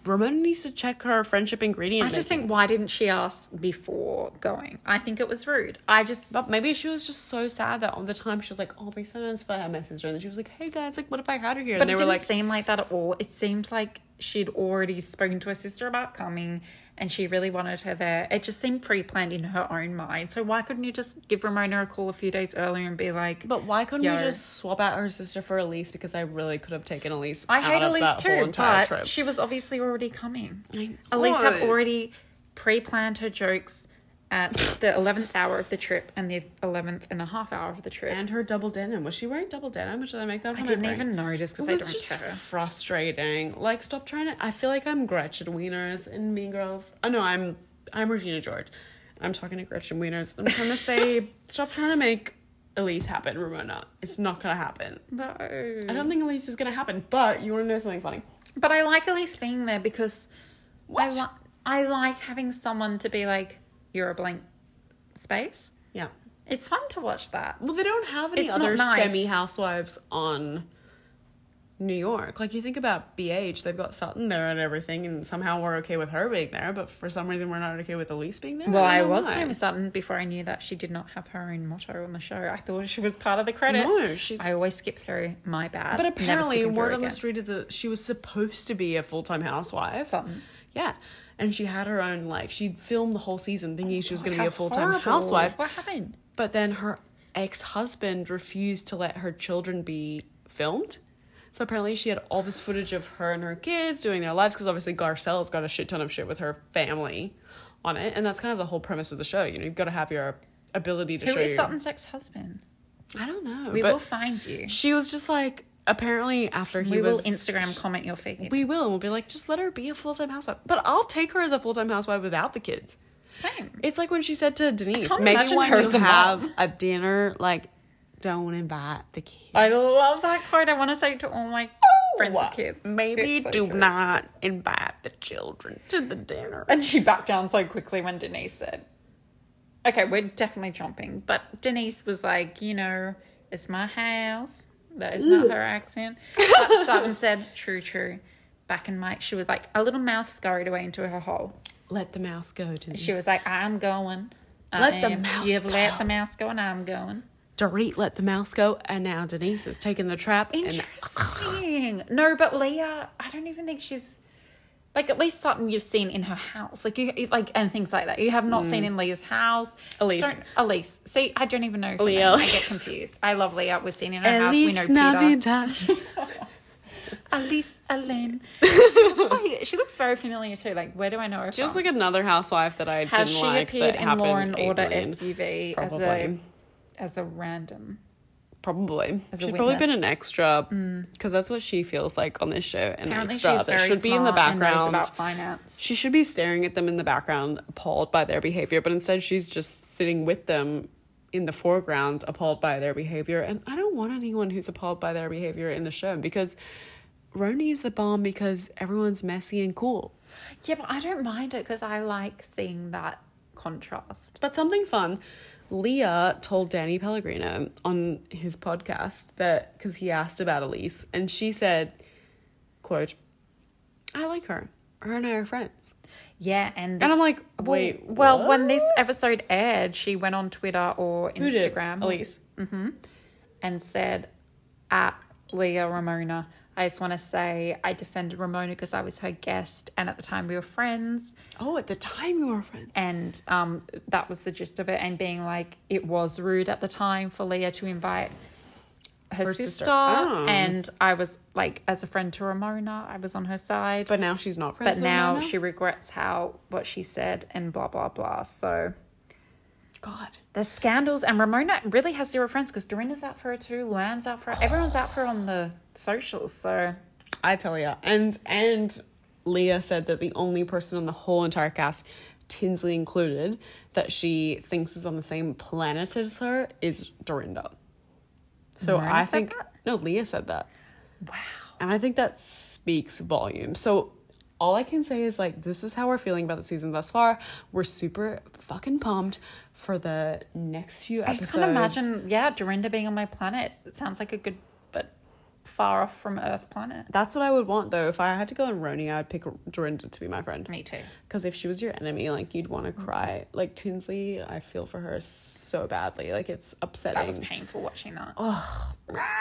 Ramona needs to check her friendship ingredient. I just making. think why didn't she ask before going? I think it was rude. I just But maybe she was just so sad that all the time she was like, "Oh, my son inspired her messenger," and then she was like, "Hey guys, like, what if I had her here?" But and it they were didn't like, seem like that at all. It seemed like she'd already spoken to her sister about coming and she really wanted her there. It just seemed pre planned in her own mind. So why couldn't you just give Ramona a call a few days earlier and be like, But why couldn't Yo. we just swap out her sister for Elise? Because I really could have taken Elise. I out hate of Elise that whole too, entire but trip. she was obviously already coming. I Elise had know. already pre planned her jokes at the 11th hour of the trip and the 11th and a half hour of the trip. and her double denim. Was she wearing double denim? Or Did I make that? up I in my didn't brain? even notice because It I was don't just care. frustrating. Like, stop trying to. I feel like I'm Gretchen Wieners in Mean Girls. Oh no, I'm I'm Regina George. I'm talking to Gretchen Wieners. I'm trying to [laughs] say, stop trying to make Elise happen, Ramona. It's not gonna happen. No. I don't think Elise is gonna happen. But you want to know something funny? But I like Elise being there because I, What? li- I like having someone to be like, you're a blank space. Yeah. It's fun to watch that. Well, they don't have any It's not other nice. semi housewives on New York. Like you think about BH, they've got Sutton there and everything, and somehow we're okay with her being there, but for some reason we're not okay with Elise being there. Well, I don't know was why. famous Sutton before I knew that she did not have her own motto on the show. I thought she was part of the credits. No, she's- I always skip through. My bad. But Never apparently, skipping through word on the again. street is that she was supposed to be a full time housewife. Sutton. Yeah, and she had her own like she filmed the whole season thinking she was going to How be a full time horrible. housewife, What happened? but then her ex-husband refused to let her children be filmed so apparently she had all this footage of her and her kids doing their lives because obviously garcelle's got a shit ton of shit with her family on it and that's kind of the whole premise of the show you know you've got to have your ability to Who show is you Sutton's ex husband? i don't know We but will find you. she was just like apparently after he We was will Instagram comment your feed. we will and we'll be like just let her be a full-time housewife but i'll take her as a full-time housewife without the kids Same. it's like when she said to Denise, can't maybe imagine when her you as a have mom." a dinner, like, don't invite the kids. I love that quote. I want to say it to all my friends with kids. Oh! Maybe It's so do true. not invite the children to the dinner. And she backed down so quickly when Denise said, Okay, we're definitely jumping. But Denise was like, You know, it's my house. That is not her accent. [laughs] But Sutton said, True, true. Back in my, she was like, A little mouse scurried away into her hole. Let the mouse go, Denise. She was like, I'm going. I Let the am- mouse You've go." let the mouse go, and I'm going. Dorit let the mouse go, and now Denise is taking the trap. And Interesting. no, but Leah, I don't even think she's like at least Sutton you've seen in her house, like you like and things like that. You have not seen in Leah's house. Mm. Elise. Don't- Elise. See, I don't even know. her Leah, name. I get Elise. confused. I love Leah. We've seen in her house. Elise We know [laughs] Peter. Navidad. Elise [laughs] Ellen. She looks like- she looks very familiar too. Like, where do I know her? She was like another housewife that I Has didn't she like. appeared that in happened Law and eight Order million. SUV as a Probably. as a random? Probably. As a She's probably been witness. Mm. an extra because that's what she feels like on this show. An Apparently, extra she's that very should be in the smart and knows background. about finance. She should be staring at them in the background, appalled by their behavior, but instead she's just sitting with them in the foreground, appalled by their behavior. And I don't want anyone who's appalled by their behavior in the show because Roni is the bomb because everyone's messy and cool. Yeah, but I don't mind it because I like seeing that contrast. But something fun. Leah told Danny Pellegrino on his podcast that because he asked about Elise, and she said, "quote I like her. Her and I are friends." Yeah, and And I'm like, well, "Wait, well, when what?" this episode aired, she went on Twitter or Who did? Instagram Elise. and said, "At Leah Ramona, I just want to say I defended Ramona because I was her guest, and at the time we were friends, Oh, at the time you were friends. and um, that was the gist of it. And being like, it was rude at the time for Leah to invite." Her, Her sister, sister. Oh. and I was like, as a friend to Ramona, I was on her side. But now she's not friends. but with now Nana? she regrets how what she said and blah blah blah. So God. the scandals and Ramona really has zero friends because Dorinda's out for her too, Luann's out for her, everyone's out for her on the socials. So I tell ya. And and Leah said that the only person on the whole entire cast, Tinsley included, that she thinks is on the same planet as her is Dorinda. So Miranda I said think that? no, Leah said that. wow, And I think that speaks volumes. So all I can say is like this is how we're feeling about the season thus far. We're super fucking pumped for the next few I episodes. just can't imagine. Yeah, Dorinda being on my planet it sounds like a good but far off from Earth planet. That's what I would want though. If I had to go on Roni, I'd pick Dorinda to be my friend. Me Mm-hmm. too. Because if she was your enemy, like you'd want to cry. Like Tinsley, I feel for her so badly. Like it's That was upsetting. Ah, painful watching that. I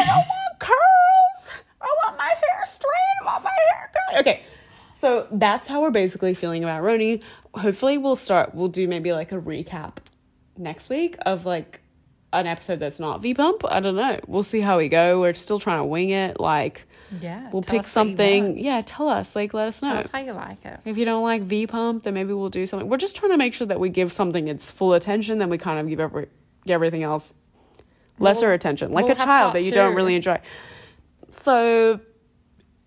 don't want curls. I want my hair straight. I want my hair curly. Okay, so that's how we're basically feeling about Roni. Hopefully, we'll start. We'll do maybe like a recap next week of like an episode that's not V Pump. I don't know. We'll see how we go. We're still trying to wing it. Like, Yeah, we'll tell pick us what you something. want. Yeah, tell us. Like, let us know. Tell us how you like it. If you don't like V Pump, then maybe we'll do something. We're just trying to make sure that we give something its full attention, then we kind of give every give everything else lesser We'll- attention, like we'll a have child part that you do don't two. really enjoy. So,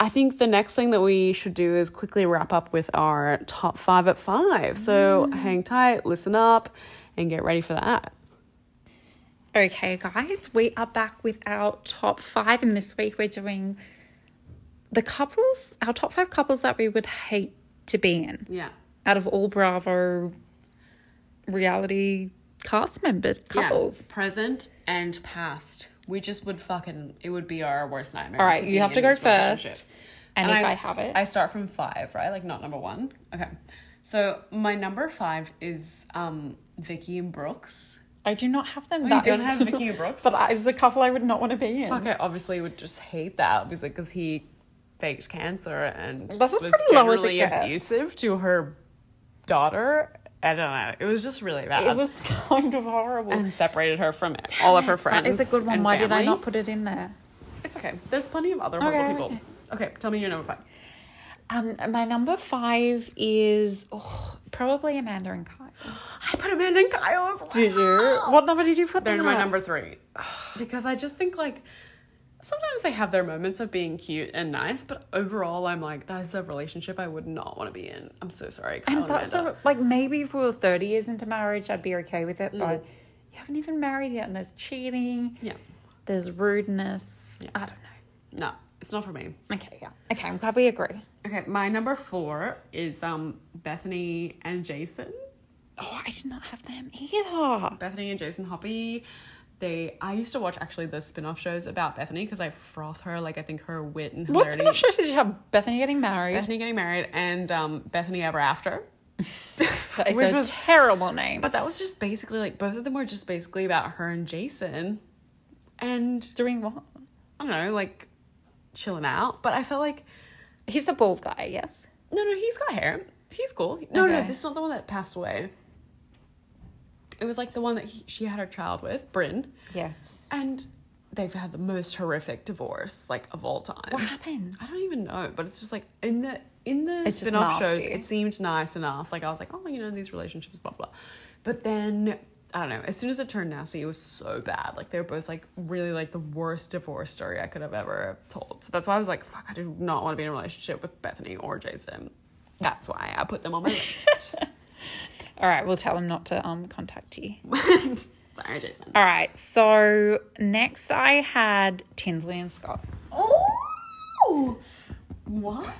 I think the next thing that we should do is quickly wrap up with our top five at five. So Mm. hang tight, listen up, and get ready for that. Okay, guys, we are back with our top five, and this week we're doing the couples, our top five couples that we would hate to be in Yeah. out of all Bravo reality cast members, couples. Present and past. We just would fucking. It would be our worst nightmare. All right, you be have to in go these relationships. first, and if I s- have it- I start from five, right? Like not number one. Okay. So my number five is um Vicky and Brooks. I do not have them. Oh, you That don't is- have [laughs] Vicky and Brooks? but that is the couple I would not want to be in. Fuck, I obviously would just hate that, obviously, because he faked cancer and That's as was pretty low as it generally gets. abusive to her daughter. I don't know. It was just really bad. It was kind of horrible. and separated her from all of her friends. that is a good one. and Why did I family. not put it in there? It's okay. There's plenty of other horrible Okay, people. okay. Okay. tell me your number five. Um, my number five is oh, probably Amanda and Kyle. I put Amanda and Kyle as well. Did you? What number did you put They're them my at? number three. because I just think like sometimes they have their moments of being cute and nice, but overall I'm like, that is a relationship I would not want to be in. I'm so sorry, Kyle And that's Amanda. sort of- like maybe if we were thirty years into marriage, I'd be okay with it. But you haven't even married yet, and there's cheating. Yeah. There's rudeness. I don't know. No, it's not for me. Okay, yeah. Okay, I'm glad we agree. Okay, my number four is um Bethany and Jason. Oh, I did not have them either. Bethany and Jason Hoppy. They I used to watch actually the spin-off shows about Bethany because I froth her, like I think her wit and What hilarity. sort of shows did you have? Bethany getting married. Bethany getting married and um, Bethany ever after. that is which a was- terrible name. But that was just basically like both of them were just basically about her and Jason, and doing what? I don't know, like chilling out. But I felt like He's the bald guy. Yes. no, no, he's got hair. He's cool. No, no, Okay. this is not the one that passed away. It was like the one that he, she had her child with, Bryn, Yes. and they've had the most horrific divorce like of all time. What happened? I don't even know, but it's just like in the in the It's just spin-off shows, nasty. it seemed nice enough. Like I was like, oh, you know, these relationships, blah blah. But then I don't know. As soon as it turned nasty, it was so bad. Like they were both like really like the worst divorce story I could have ever told. So that's why I was like, fuck, I do not want to be in a relationship with Bethany or Jason. That's why I put them on my list. All right, we'll tell him not to um contact you. Sorry, Jason. All right. So next, I had Tinsley and Scott. Oh, what?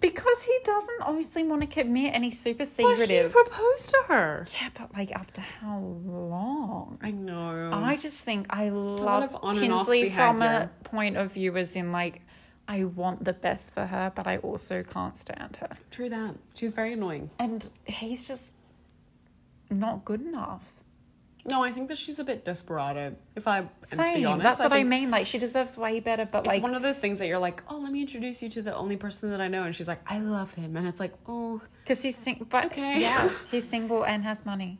Because he doesn't obviously want to commit and he's super But he secretive. proposed to her. yeah, but like after how long? I know. I just think I love Mm. of on and off Tinsley from a behaviour. point of view as in like I want the best for her, but I also can't stand her. True that. She's very annoying. And he's just not good enough. No, I think that she's a bit desperado. If I, and to be Same. honest, That's what I, think mean. Like she deserves way better, but It's like one of those things that you're like, oh, let me introduce you to the only person that I know, and she's like, I love him, and it's like, oh, because he's sing- but Okay. [laughs] yeah, he's single and has money.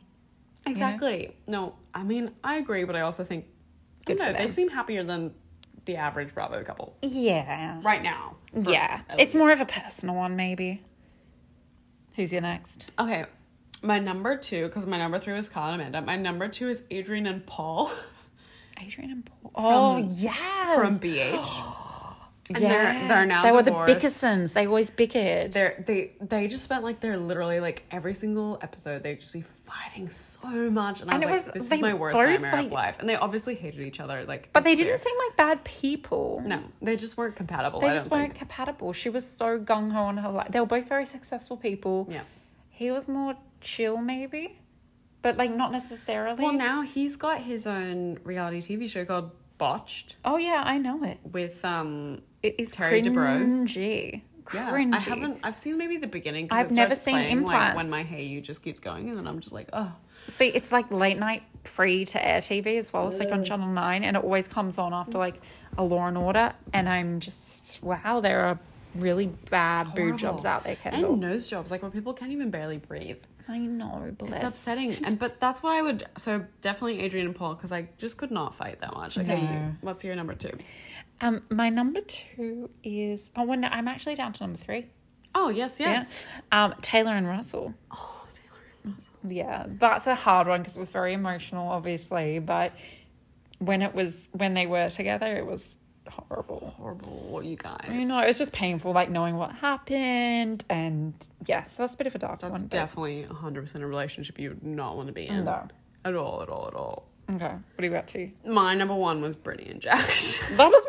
exactly. No, I mean, I agree, but I also think, I Good don't for know, they them. seem happier than the average Bravo couple Yeah. right now. for- yeah. at It's more of a personal one maybe. Who's your next? Okay, my number two, because my number three was Colin Amanda. My number two is Adrian and Paul [laughs] Adrian and Paul. Oh yeah. from [gasps] BH. And they're they're now They were the divorced. Bickersons. They always bickered. They're they they just spent like they're literally like every single episode they'd just be fighting so much, and I And was, it like, was- this they is my worst both, nightmare of like- life. And they obviously hated each other, like. but they it's didn't seem like bad people. clear. No, they just weren't compatible. They I just don't weren't compatible. She was so gung ho on her life. They were both very successful people. think. Yeah. He was more chill, maybe, but like not necessarily. Well, now he's got his own reality TV show called Botched oh yeah, I know it. with um. It is Terry DeBro. cringy. Yeah, Cringy. I haven't. I've seen maybe the beginning. 'cause I've it starts never seen playing, Like, when implants. my hey you just keeps going, and then I'm just like, oh, See, it's like late night free to air TV as well. It's like on Channel 9 and it always comes on after like a Law and Order. And I'm just, wow, there are really bad boob horrible. jobs out there, Kendall. and nose jobs, like where people can't even barely breathe. I know, bless. It's upsetting, and but that's what I would. So definitely Adrian and Paul because I just could not fight that much. Okay, No. you, what's your number two? Um, my number two is, oh, well, no, I'm actually down to number three. Oh yes, yes. Yeah. Um, Taylor and Russell. Oh, Taylor and Russell. Yeah, that's a hard one because it was very emotional, obviously. But when it was, when they were together, it was horrible. Horrible, you guys. You know, it was just painful, like knowing what happened, and yeah, so that's a bit of a dark that's one. but- definitely hundred percent a relationship you would not want to be in No. at all, at all, at all. okay, what are you up to? My number one was Brittany and Jax. [laughs] That was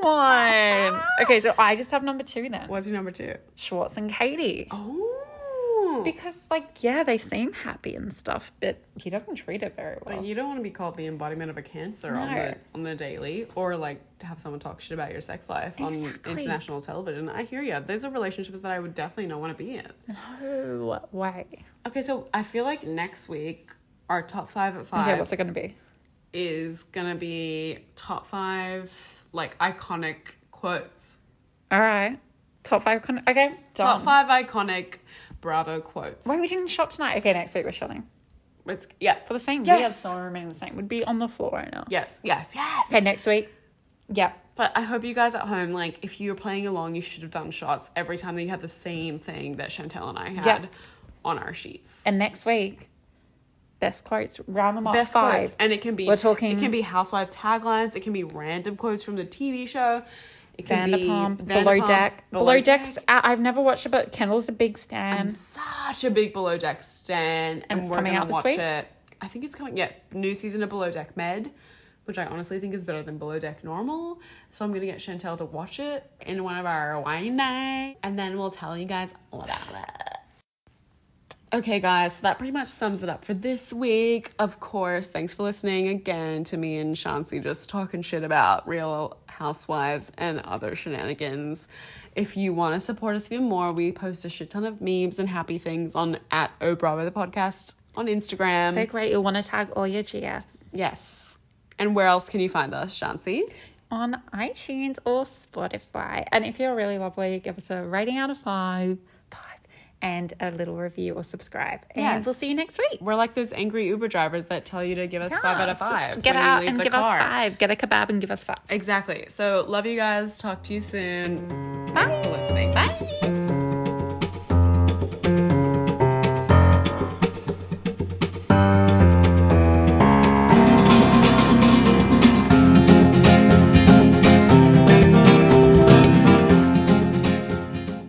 my number one. okay, so I just have number two then. what's your number two? Schwartz and Katie. Oh, Because, like, yeah, they seem happy and stuff, but he doesn't treat it very well. But you don't want to be called the embodiment of a cancer on No. the on the daily, or like to have someone talk shit about your sex life Exactly. on international television. I hear you. Those are relationships that I would definitely not want to be in. No way. Okay, so I feel like next week our top five at Okay, five what's it going to be? is gonna be top five like iconic quotes. All right. Top five. Con- okay. Top Done. five iconic Bravo quotes. Why we didn't shot tonight? Okay, next week we're shotting It's yeah. for the same. We have Yes. so remaining the same. Would be on the floor right now. Yes, yes, yes. Okay, next week. Yep. But I hope you guys at home, like, if you were playing along, you should have done shots every time that you had the same thing that Chantel and I had Yeah. on our sheets. And next week, best quotes. Round them up. Best five. quotes, and it can be We're talking- It can be housewife taglines. It can be random quotes from the TV show. It can Vanderpump, be below Vanderpump, deck. Below, Deck. decks. I- I've never watched it, but Kendall's a big I'm stan. such a big below deck stan, and, it's we're coming gonna out this watch week? it. I think it's coming. Yeah, new season of Below Deck Med, which I honestly think is better than Below Deck Normal. So I'm gonna get Chantel to watch it in one of our wine night, and then we'll tell you guys all about it. Okay, guys, so that pretty much sums it up for this week. Of course, thanks for listening again to me and Shansi just talking shit about real housewives and other shenanigans. If you want to support us even more, we post a shit ton of memes and happy things on at Oh Bravo the podcast on Instagram. They're great. You'll want to tag all your GFs yes. And where else can you find us, Shansi? on iTunes or Spotify. And if you're really lovely, give us a rating out of five, five, and a little review or subscribe. And Yes. we'll see you next week. We're like those angry Uber drivers that tell you to give us five out of Yes, five. just Get when you out leave and the give car. us five. Get a kebab and give us five. Exactly. So love you guys. Talk to you soon. Bye. Thanks for listening. Bye.